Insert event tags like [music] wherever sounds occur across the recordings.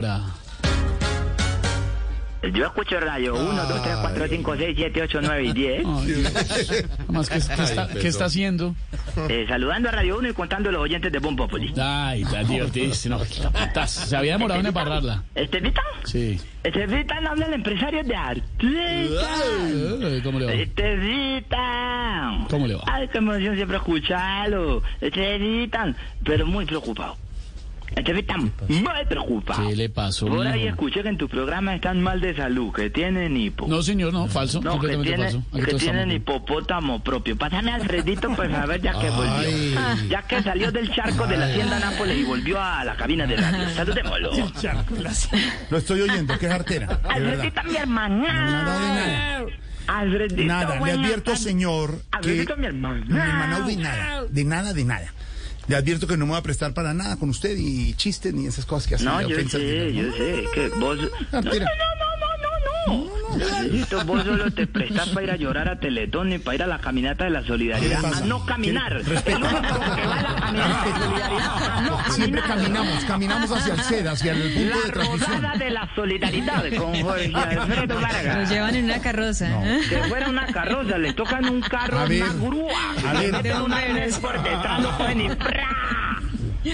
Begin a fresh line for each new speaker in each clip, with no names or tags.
Bogotá.
Yo escucho radio 1, 2, 3, 4, 5, 6, 7, 8, 9 y 10.
Ay, Dios. Además, [laughs] ¿qué, qué está, qué está haciendo? Ah.
Eh, saludando a Radio 1 y contando los oyentes de Bon Populi.
Ay, está divertidísimo. Está- Se había demorado en embarrarla.
¿Estevita?
Sí.
Estevita habla el empresario de artista.
Ay, Eh, ¿Cómo le va?
Estevita.
¿Cómo le va?
Ay, qué emoción siempre escucharlo. Estevita, pero muy preocupado. Estevita, muy preocupado.
¿Qué le pasó?
Por ahí
mijo?
escuché que en tu programa están mal de salud, que tienen hipo.
No, señor, no, falso.
No, que
completamente
tiene,
falso. Aquí
que
todos
tiene
estamos-
hipopótamo propio. Pásame a Alfredito pues a ver ya que volvió. Ah, Ya que salió del charco de la hacienda Nápoles y volvió a la cabina de radio. Saludémoslo.
Lo estoy oyendo, que es artera. De verdad.
Alfredito, mi
Nada de
hermana.
nada.
Alfredito,
Nada. Le
buenas
advierto,
tardes.
señor, que
Alfredito, mi hermana.
mi hermana de nada. De nada, de nada. Le advierto que no me voy a prestar para nada con usted y chistes ni esas cosas que hacen.
No,
de
yo
ofensas
sé,
de-
yo sé. Que vos... No, no, no,
Artera.
no, no, no, no. Alfredito, vos solo te prestas para ir a llorar a Teletón y para ir a la caminata de la
¿Qué le
solidaridad.
pasa?
A no caminar. El único que va a la caminata de la solidaridad. a no
Siempre
caminar.
caminamos, caminamos hacia el SED, hacia el punto de
La
transmisión.
rodada de la solidaridad
[laughs]
con Jorge Alfredo
Lo
Vargas.
llevan en una carroza. ¿eh?
Que fuera una carroza, le tocan un carro,
A ver,
una grúa.
a
le
ver.
meten una
Hombre,
red por detrás, lo cogen y ¡pra!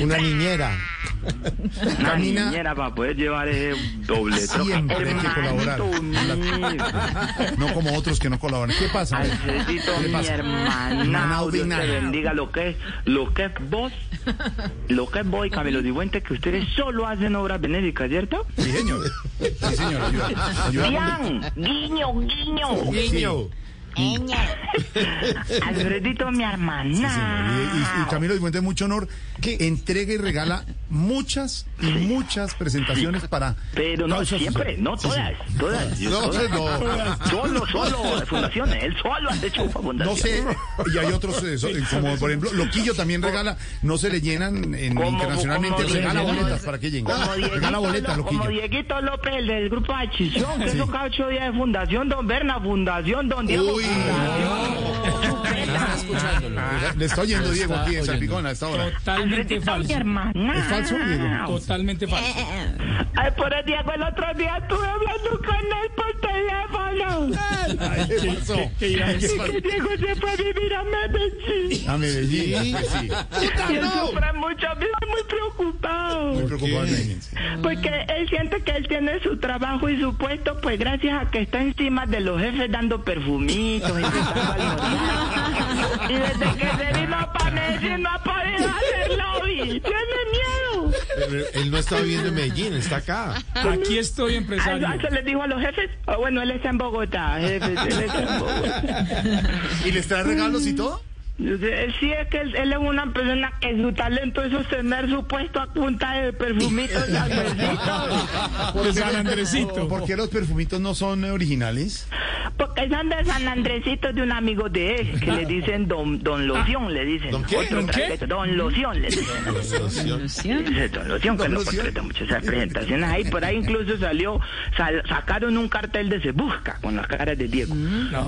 Una niñera.
Una
Camina-
niñera para poder llevar ese doble troque.
Siempre hay que colaborar.
Hermanito mío.
No como otros que no colaboran. ¿Qué pasa?
Alfredito,
¿Qué
mi
pasa?
hermana,
Hermana
Dios te
ordinaria.
bendiga lo que es, lo que es vos, lo que es vos y Camilo Dibuente, que ustedes solo hacen obras benéficas, ¿cierto?
Sí, señor. Sí, señor. Ayuda. ayuda con-
Bien, guiño, guiño.
Guiño.
Alfredito, mi
Sí, señor.
hermana.
Y, y- y Camilo Difuente, mucho honor, que entrega y regala muchas y muchas presentaciones para.
Pero no
causas
siempre,
sociales.
no
Sí, sí.
todas, todas. yo
No,
todas.
no.
Solo, solo, las fundaciones, él solo ha hecho fundaciones.
No sé, y hay otros, eh, so- eh, como por ejemplo, Loquillo también regala, no se le llenan en-
Como-
internacionalmente,
como
regala
Dieguito-
boletas para que lleguen.
Como
Regala
Dieguito,
boletas,
Lo- como
Loquillo.
Dieguito López, el del grupo de Chichón, que
Sí.
eso cada ocho días de Fundación Don Berna, Fundación Don Diego.
Uy,
Chupeta.
le está oyendo Diego aquí en
oyendo.
Salpicón a esta hora.
Totalmente
Alfredito, mi
falso.
hermana.
¿Es falso, Diego?
Ah,
Totalmente falso.
Ay, por el Diego, el otro día estuve hablando con él por teléfono.
Ay, ¿Qué pasó?
¿Qué dirán?
¿Qué
Que
pasó?
Diego se fue a vivir a Medellín.
A Medellín, pues sí.
Y él sufre mucho, vive muy preocupado.
Muy preocupado. Medellín, sí.
Porque él siente que él tiene su trabajo y su puesto, pues gracias a que está encima de los jefes dando perfumitos, invitando al Y desde que se vino para Medellín no ha podido hacer lobby. Tiene miedo.
Pero él no está viviendo en Medellín, está acá.
Aquí estoy, empresario.
Alfonso les dijo a los jefes, "Ah, bueno, él está en Bogotá, jefe, él está en Bogotá.
¿Y les trae regalos y todo?
Él Sí, es que él, él es una persona que su talento es sostener su puesto a punta de perfumitos y almuercitos.
De San Andresito.
¿Por qué los perfumitos no son originales?
Porque son de San Andresito de un amigo de él, que le dicen Don, don Loción, le dicen.
¿Don qué?
Otro
¿Don qué?
traqueto, don Loción, le dicen.
Solución.
Dice Don Loción, que
¿Don
lo
Loción?
contrata mucho esas presentaciones ahí. Por ahí incluso salió, sal- sacaron un cartel de Se Busca con las caras de Diego.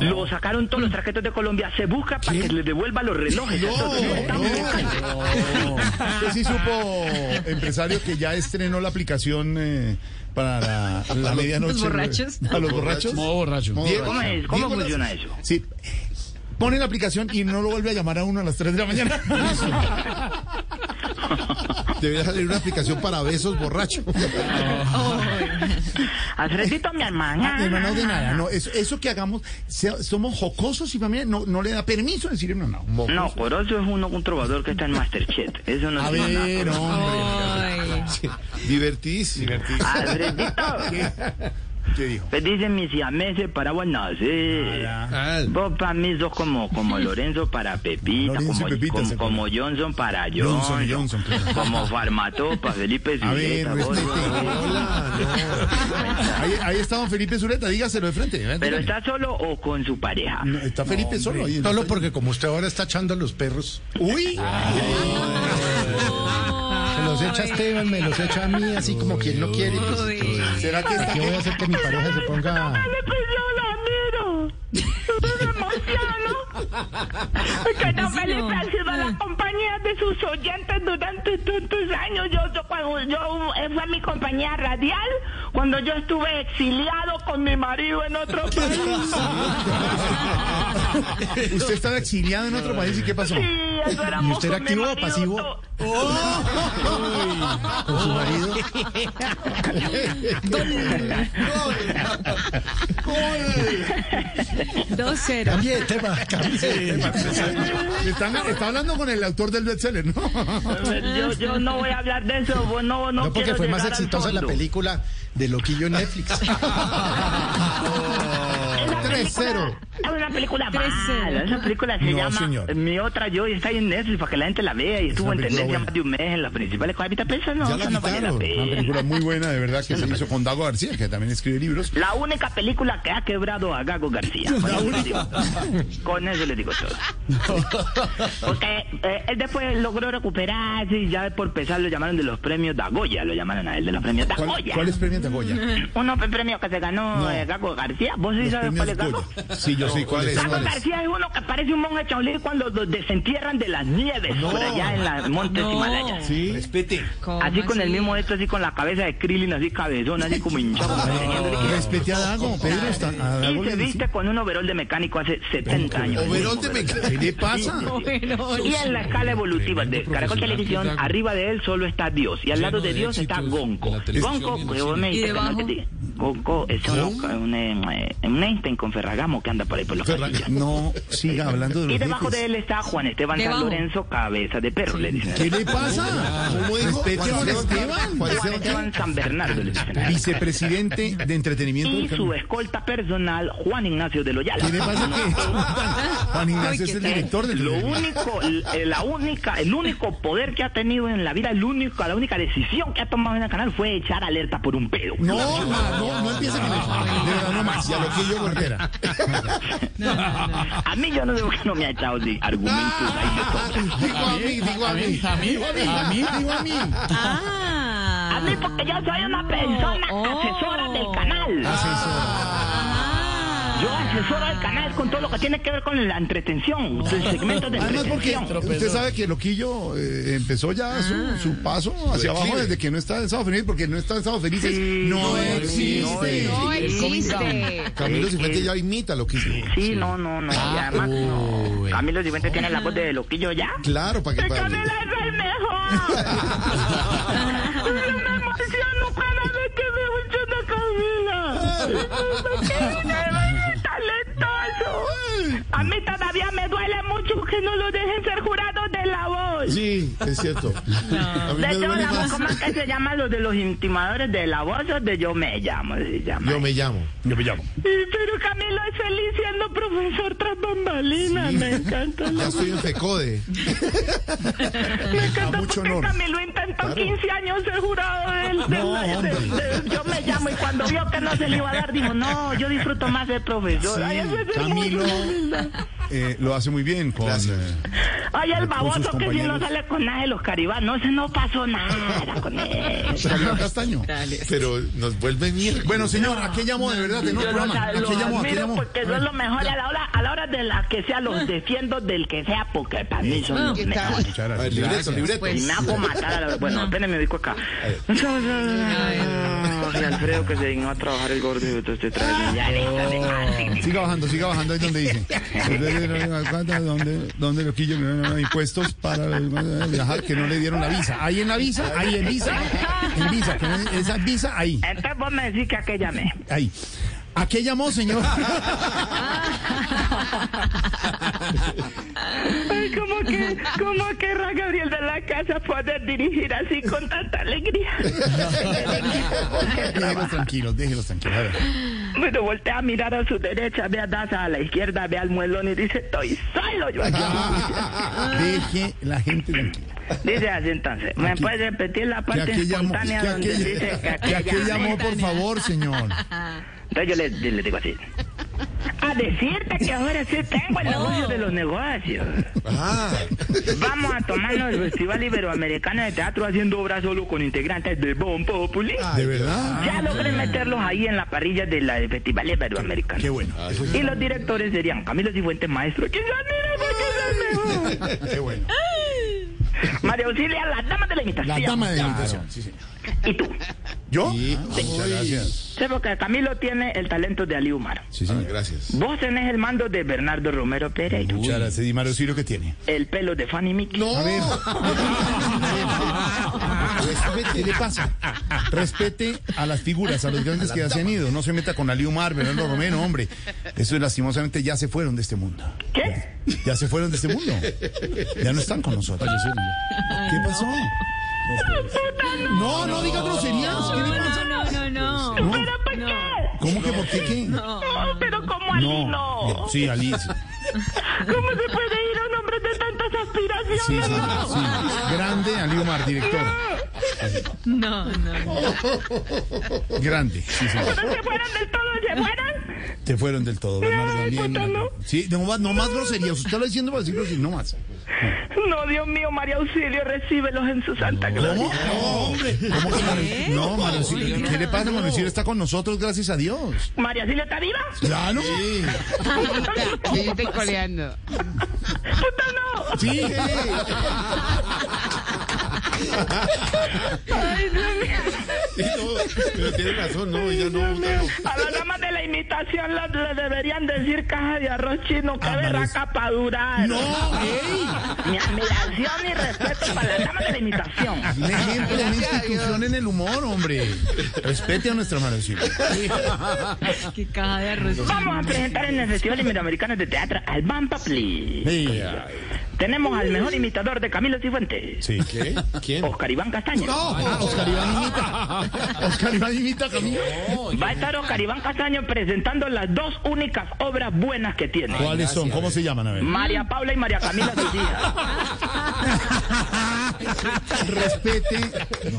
Lo sacaron todos los traquetos de Colombia, Se Busca para que le devuelva los relojes. a todos. Están buscando.
Usted sí supo, empresario, que ya estrenó la aplicación eh, para la, la medianoche.
¿Los borrachos?
¿A los borrachos?
Modo borracho.
Modo
¿Cómo,
borracho.
es? ¿Cómo
Diego las-
funciona eso?
Sí. Pone la aplicación y no lo vuelve a llamar a uno a las 3 de
[laughs]
la mañana.
Debería salir una aplicación para besos borracho.
Alfredito, mi hermana.
No, no, de nada. No, eso, eso que hagamos, sea- somos jocosos y familia, no, no le da permiso decir no, no.
No, Corozo es uno, un trovador que está en Masterchef. Eso no
A
es
ver, hombre. Ah,
Ay.
Divertísimo.
Alfredito,
¿Qué dijo?
pues dicen mis siameses para bueno, sí.
Ah,
Vos para mí sos como, como Lorenzo para Pepita,
Lorenzo y
como,
Pepita,
como-
se
como Johnson para Johnson,
Johnson y Johnson, claro.
como Farmató para Felipe
A ver,
Zuleta, vos,
respete.
vos, vos.
Ahí, ahí está don Felipe Zuleta, dígaselo de frente. ven,
Pero
dígale.
está solo o con su pareja.
No, está Felipe solo ahí.
Solo porque como usted ahora está echando a los perros, Ah,
Uy,
se los echa a Esteban, me los echa a mí, así como quien no quiere. pues,
Uy.
¿será que
¿Para
está
qué voy a hacer que mi pareja se ponga
Pues yo la miro. emociono. Que tan
Vecino.
feliz ha sido la compañía de sus oyentes durante tantos años. Yo, yo, cuando yo, eh, fue mi compañía radial cuando yo estuve exiliado con mi marido en otro país.
Usted estaba exiliado en otro país y ¿qué pasó?
Sí, eso éramos
¿Y usted era
con mi
activo o
marido,
pasivo?
to-
con su marido.
Dos cero.
Cambie de tema, cambie de tema.
Están- está hablando con el autor del bestseller, ¿no?
Eh, Yo, yo no voy a hablar de eso, vos no, no,
No, porque
quiero
fue más
llegar al
exitosa la
fondo.
película de Loquillo
[laughs]
en Netflix.
[laughs]
Esa película
3-0.
Es una película
3-0.
mala. Esa película se
No,
llama
señor.
Mi otra yo y está ahí en Netflix para que la gente la vea y estuvo en
película
tendencia
buena.
más de un mes en las principales cosas. Ahorita piensa, no,
Ya la
eso no vale la
quitaron.
pena.
Una película muy buena, de verdad, que se hizo con Dago García, que también escribe libros.
La única película que ha quebrado a Gago
[laughs]
García. Con, eso, le digo todo. Con eso le digo todo. Porque eh, él después logró recuperarse y ya por pesar lo llamaron de los premios Dagoya. Lo llamaron a él de los premios
¿Cuál,
Dagoya.
¿Cuál es premio de Goya?
Uno fue el premio que se ganó
No.
eh, Gago García. ¿Vos sí
Los
sabes cuál es
premios
Gago?
Goya. Sí, yo sé cuál es.
Gago
cuál es.
García es uno que parece un monje chaolí cuando los desentierran de las nieves
No.
por allá en las montes
No.
Himalayas.
Sí.
¿Cómo
Así con el
así?
mismo esto, así con la cabeza de Krillin, así cabezón, así como hinchado.
[laughs]
como teniendo líquido.
Ah, Respete a Dago, Pedro. Está, a Dago
Y se
le
viste con un overol de mecánico hace 70 años.
Overol de mecánico.
¿Qué le pasa?
Overol.
Y en la escala evolutiva de Caracol Televisión, arriba de él solo está Dios. Y al lado de Dios está Gonco. Gonco, que vos me
¿Y
dijiste que no
debajo?
te dije. Gonco es un, un, eh, un Einstein con Ferragamo que anda por ahí por los pasillos.
No siga hablando de los
Y debajo
jefes.
de él está Juan Esteban San
Debajo.
Lorenzo, cabeza de perro, le dicen.
¿Qué le pasa?
¿Cómo dijo?
Respete a
Juan
don
Esteban. Juan
Esteban.
Juan Esteban San Bernardo, le dicen.
Vicepresidente de entretenimiento.
Y
del
su
Cali.
escolta personal, Juan Ignacio de Loyala.
¿Qué le
[laughs]
pasa que Juan Ignacio es el director del
Lo único, eh, la única, el único poder que ha tenido en la vida, el único, la única decisión que ha tomado en el canal fue echar alerta por un pedo.
No, ma, no, no empiece con eso. De verdad, no más. Ya lo que yo volviera.
A mí yo no sé por qué no me ha echado de argumentos ahí de sobra.
Digo a mí, digo a mí.
a mí, a mí.
Digo a mí.
Ah.
A mí porque yo soy una persona
Oh.
asesora del canal.
Ah.
Yo asesoro al canal con todo lo que tiene que ver con la entretención, los segmentos de
Además, porque
entretención.
usted sabe que Loquillo eh, empezó ya su, su paso hacia abajo desde que no está en Estados Unidos, porque no está en Estados Unidos. No existe.
No existe.
Camilo
Eh,
Cifuentes
eh.
ya imita lo que hizo.
Sí, no, no, no. y además, no. Camilo Cifuentes tiene la voz de loquillo ya.
Claro, para que para-
Camilo es el mejor. Yo me emociono cada vez que me escucho a Camila. Es talentoso. A mí todavía me duele mucho que no lo dejen ser jurado de la voz.
Sí, es cierto. A mí
De
me
hecho,
duele
la voz,
más.
¿cómo es que se llama los de los intimadores de la voz o de yo me llamo? Se llama.
Yo me llamo.
Yo me llamo.
Sí, Pero Camilo es feliz siendo profesor tras bambalinas. Me encanta.
Ya estoy en FECODE.
Me encanta
mucho
porque
honor.
Camilo intentó 15 años ser jurado del, del- del- del- Yo me llamo y cuando vio que no se le iba a dar, dijo, no, yo disfruto más de profesor. Ay, eso es
[laughs] Camilo
hermoso.
eh, lo hace muy bien con.
Gracias.
eh,
Ay, el
sus
baboso que si no
compañeros.
sale con nada de los caribas. No, ese no pasó nada con él.
Camilo Castaño.
Pero nos vuelve mierda.
Bueno, señor, ¿a qué llamo de verdad? De no
Yo lo,
programa. ¿A
lo
qué llamo? ¿A qué
admiro
llamo?
porque son los mejores a la hora, a la hora de la que sea los defiendo del que sea porque para mí son los mejores.
Muchas
A ver,
gracias.
libreto,
Gracias.
libreto.
Pues,
Y me hago matar a la... Bueno, apenas me ubico acá. [laughs] Y Alfredo que se dignó a trabajar el gordo y entonces trae... Ya, deja de mal.
Siga bajando, siga bajando ahí donde
[laughs]
dice. Donde, donde Loquillo no, no, no, impuestos para viajar que no le dieron la visa. Ahí en la visa, ahí en visa, en visa, que no- esa visa ahí,
Entonces vos me decís que a qué llamé.
ahí. ¿A qué llamó, señor?
Ay, ¿cómo que, cómo querrá Gabriel de la Casa poder dirigir así con tanta alegría?
déjelos tranquilos, déjelos tranquilos. A ver.
Bueno, voltea a mirar a su derecha, ve a Daza a la izquierda, ve al muelón y dice, estoy solo yo
[laughs]
aquí.
Deje la gente tranquila.
Dice así entonces, ¿me puedes repetir la
¿Que a
parte
qué llamó? ¿Que
espontánea
a
donde
qué,
dice que a
que a
qué
qué
llamé?
llamó, por favor, señor?
Entonces yo le, le digo así. ¿A a decirte que ahora sí tengo el negocio de los negocios.
Ah,
Vamos a tomarnos el Festival Iberoamericano de Teatro haciendo obras solo con integrantes de Bon Populi.
Ah.
de verdad.
Ya logré meterlos ahí en la parrilla de la del Festival Iberoamericano.
Qué bueno. Eso
Y los directores serían Camilo Cifuentes, maestro. Quizás mira, porque es el mejor.
Qué bueno.
María Auxilia, la dama de la
La
imitación.
dama de la invitación. Sí, señor.
Y tú.
¿Yo?
Sí.
Muchas gracias.
Sé porque Camilo tiene el talento de Ali Umar.
Sí,
Ah,
señor.
gracias.
Vos tenés el mando de Bernardo Romero Pereira.
Muchas gracias. Y Mario Ciro, ¿qué tiene?
El pelo de Fanny Mickey.
A ver. Respete, ¿qué le pasa? Respete a las figuras, a los grandes que ya se han ido. No se meta con Ali Umar, Bernardo Romero, hombre. Eso lastimosamente ya se fueron de este mundo.
¿Qué?
Ya se fueron de este mundo. Ya no están con nosotros. ¿Qué pasó? No, no diga groserías. ¿Qué le
No,
pasa?
no, no, no.
No.
¿Pero por
No.
qué?
¿Cómo que por qué qué?
No, pero como Ali no.
Sí, Ali. sí.
¿Cómo se puede ir a un hombre de tantas aspiraciones?
Sí, sí, sí. Grande Ali Omar, director.
[laughs]
No, no, no.
Grande. Sí, sí.
¿Pero se fueron de todo? ¿Se fueron?
Te fueron del todo, Bernardo.
Ay,
bien,
puta,
Bernardo. Sí, no más, no más groserías. Usted lo diciendo para decir groserías, no más.
No, Dios mío, María Auxilio, recíbelos en su santa gloria.
¿Cómo? No, hombre. ¿Cómo que Mario- No, Mario Silvio, ¿Qué le pasa? Mario Silvio está con nosotros, gracias a Dios.
¿María Auxilio está viva?
Claro.
Sí, estoy coleando.
¡Puta no!
Sí.
Sí, no, pero tiene razón, no, ella no. no.
A las damas de la imitación las- le deberían decir caja de arroz chino, que berraca para durar.
Ah, No, ey.
Mi admiración y respeto para las damas de la imitación.
Un ejemplo, una institución en el humor, hombre. Respete a nuestra Mario Silvio.
Qué caja de arroz.
Vamos a presentar en el Festival Iberoamericano de Teatro al Van Papli.
Sí.
Tenemos al mejor imitador de Camilo Cifuentes,
Sí.
¿Qué? ¿Quién?
Oscar Iván Castaño.
Ah, Oscar
[laughs]
Iván imita. Oscar Iván imita a Camilo.
Va a estar Oscar Iván Castaño presentando las dos únicas obras buenas que tiene.
¿Cuáles son? ¿Cómo se llaman? A ver.
María Paula y María Camila, sus hijas.
[laughs] Respete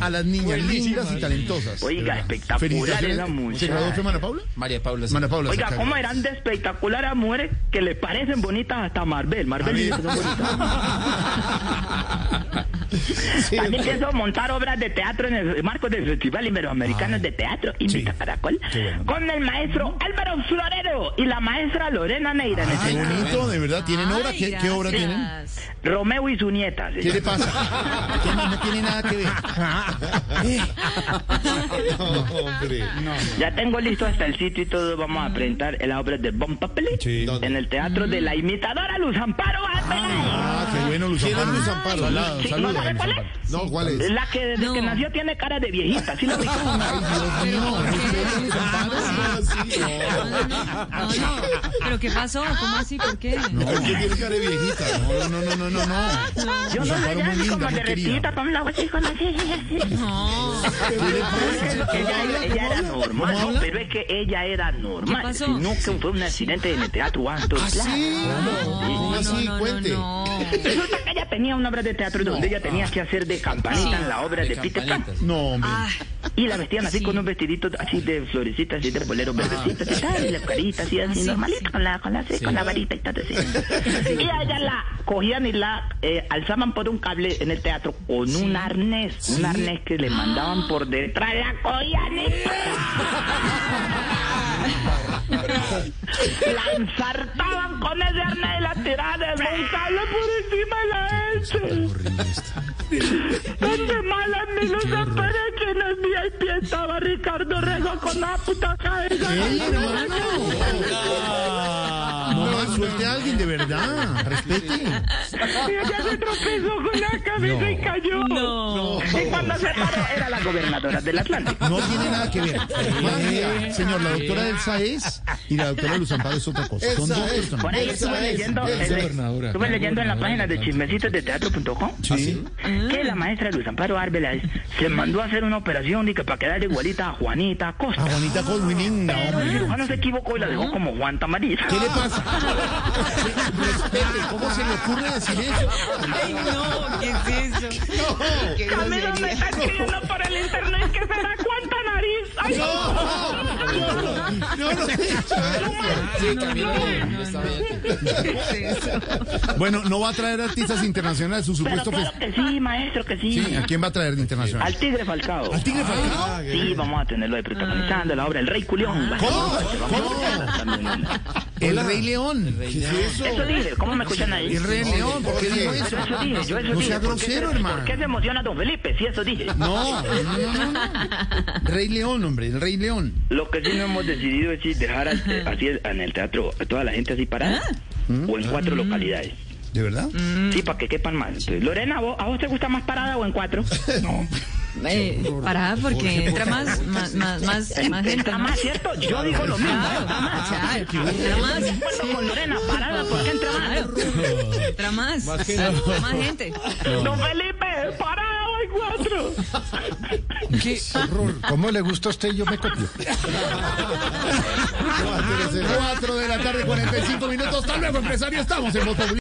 a las niñas lindas y talentosas.
Oiga, espectacular
Felicitaciones.
esa
¿Se
muchacha.
graduó fue Mana Paula?
María Paula.
Mana Paula. se
Oiga,
graduó.
¿cómo eran de espectacular a mujeres que le parecen bonitas hasta Marvel? Marvel dice que son
[laughs]
bonitas. También pienso montar obras de teatro en el marco del Festival Iberoamericano de Teatro Invita Caracol con el maestro Álvaro Florero y la maestra Lorena Neira en el
Qué
escenario.
bonito, de verdad. ¿Tienen obra? ¿Qué, qué obra tienen?
Romeo y su nieta. se
¿Qué le
llama.
pasa? ¿Qué más? No tiene nada que ver. Eh,
[laughs] No, hombre.
Ya tengo listo hasta el sitio y todo. Vamos a presentar las obras de Bon Papelé
Sí.
en el teatro de la imitadora Luz Amparo Arbeláez.
Ah, qué bueno, Luz
¿Quién es
Amparo.
Luz Amparo?
Salado,
Sí,
saludos
¿no
a
sabe
Luz
cuál es?
Amparo.
No, ¿cuál es?
La que desde
No.
que nació tiene cara de viejita, ¿sí lo
[laughs]
ubicó?
Ay, Dios mío. Luz Amparo.
Sí,
No, no, no, no. ¿Pero qué pasó? ¿Cómo así? ¿Por qué?
no. ¿Por qué tiene cara de viejita? No,
No, no, no, no, no.
Yo no sé
Amparo
ya
muy
ni
linda,
como
muy
derretida,
querida.
Pamela, así como así, así.
No.
Ella, ella era normal, no, pero es que ella era normal.
¿Qué pasó?
No, que fue un accidente en el teatro Anto.
¿Ah,
sí. ¿Cómo así? Cuente.
no, no.
Resulta que ella tenía una obra de teatro donde ella tenía que hacer de campanita en la obra de Peter Pan.
No, hombre.
Y la vestían así
Sí. Ah.
con un vestidito así de florecitas, así de boleros verdecitos, y tal, y la carita así, así
Sí,
normalito,
sí.
con la, con la, con la varita y tal, así. Y a ella la cogían y la eh, alzaban por un cable en el teatro con un arnés, un arnés que le
¡Ah!
mandaban por detrás, la cogían y la ensartaban con ese arnés y la tiraban de un cable por encima de la S. ¿Dónde malas ni los zapatos que en el VIP estaba Ricardo Rego con la puta cabeza?
¡Ey, hermano! No, suelte a alguien, de verdad. Respete.
Y ella se tropezó con la cabeza y cayó.
No.
Y cuando se paró era la gobernadora del Atlántico.
No tiene nada que ver. Magia. Señor, la doctora Elsa es y la doctora Luz Amparo es otra cosa. Son dos
Por
personas.
ahí estuve leyendo, en- estuve leyendo en la página de chismecitos de teatro.com
Sí.
que la maestra Luz Amparo Arbeláez se mandó a hacer una operación y que para quedar igualita a Juanita
A
Acosta.
Juanita Cos, muy linda,
Pero el
hombre.
cirujano se equivocó y la dejó como Juan Tamariz.
Ah. ¿Qué le pasa? Respete, ¿cómo se le ocurre decir eso?
Ay, no, ¿qué es eso? Qué
Camilo
grosería.
me está escribiendo por el internet que será cuánta nariz. Ay, no.
no, no.
Sí, Camilo, está bien.
Bueno, no va a traer artistas internacionales, su
Pero
supuesto
claro
fest-
que sí, maestro, que sí.
Sí, ¿a quién va a traer de internacional?
Al Tigre Falcao.
¿Al Tigre Falcao?
Sí, vamos a tenerlo de protagonizando la obra El Rey Culión.
Ah. El Rey León.
Eso dije, ¿cómo me escuchan ahí?
El Rey León, ¿por qué
Yo
dijo eso?
eso dije, yo eso
No
dije. ¿Por
sea
qué se-
grosero, hermano.
¿Por qué se emociona don Felipe? Sí, eso dije.
No, no, no, no, no. Rey León, hombre, el Rey León.
Lo que sí no hemos decidido es si dejar al te- así el- en el teatro a toda la gente así parada
Ah.
o en cuatro localidades.
¿De verdad?
Sí, para que quepan más. Entonces, Lorena, ¿a vos, a vos te gusta más parada o en
[laughs]
cuatro?
Eh, pará, porque entra más, más, más, más, más gente.
Entra
¿no?
más, ¿cierto? Yo digo lo mismo.
Claro,
entra más.
claro, entra más.
Bueno, con Lorena, parada, ¿por qué entra más?
Claro, entra más. Entra más gente.
Don Felipe, parada o en cuatro.
¿Cómo le gusta a usted? Yo me
[laughs]
copio.
Cuatro de la tarde, 45 minutos. Hasta luego, empresario. Estamos en Voz Populi.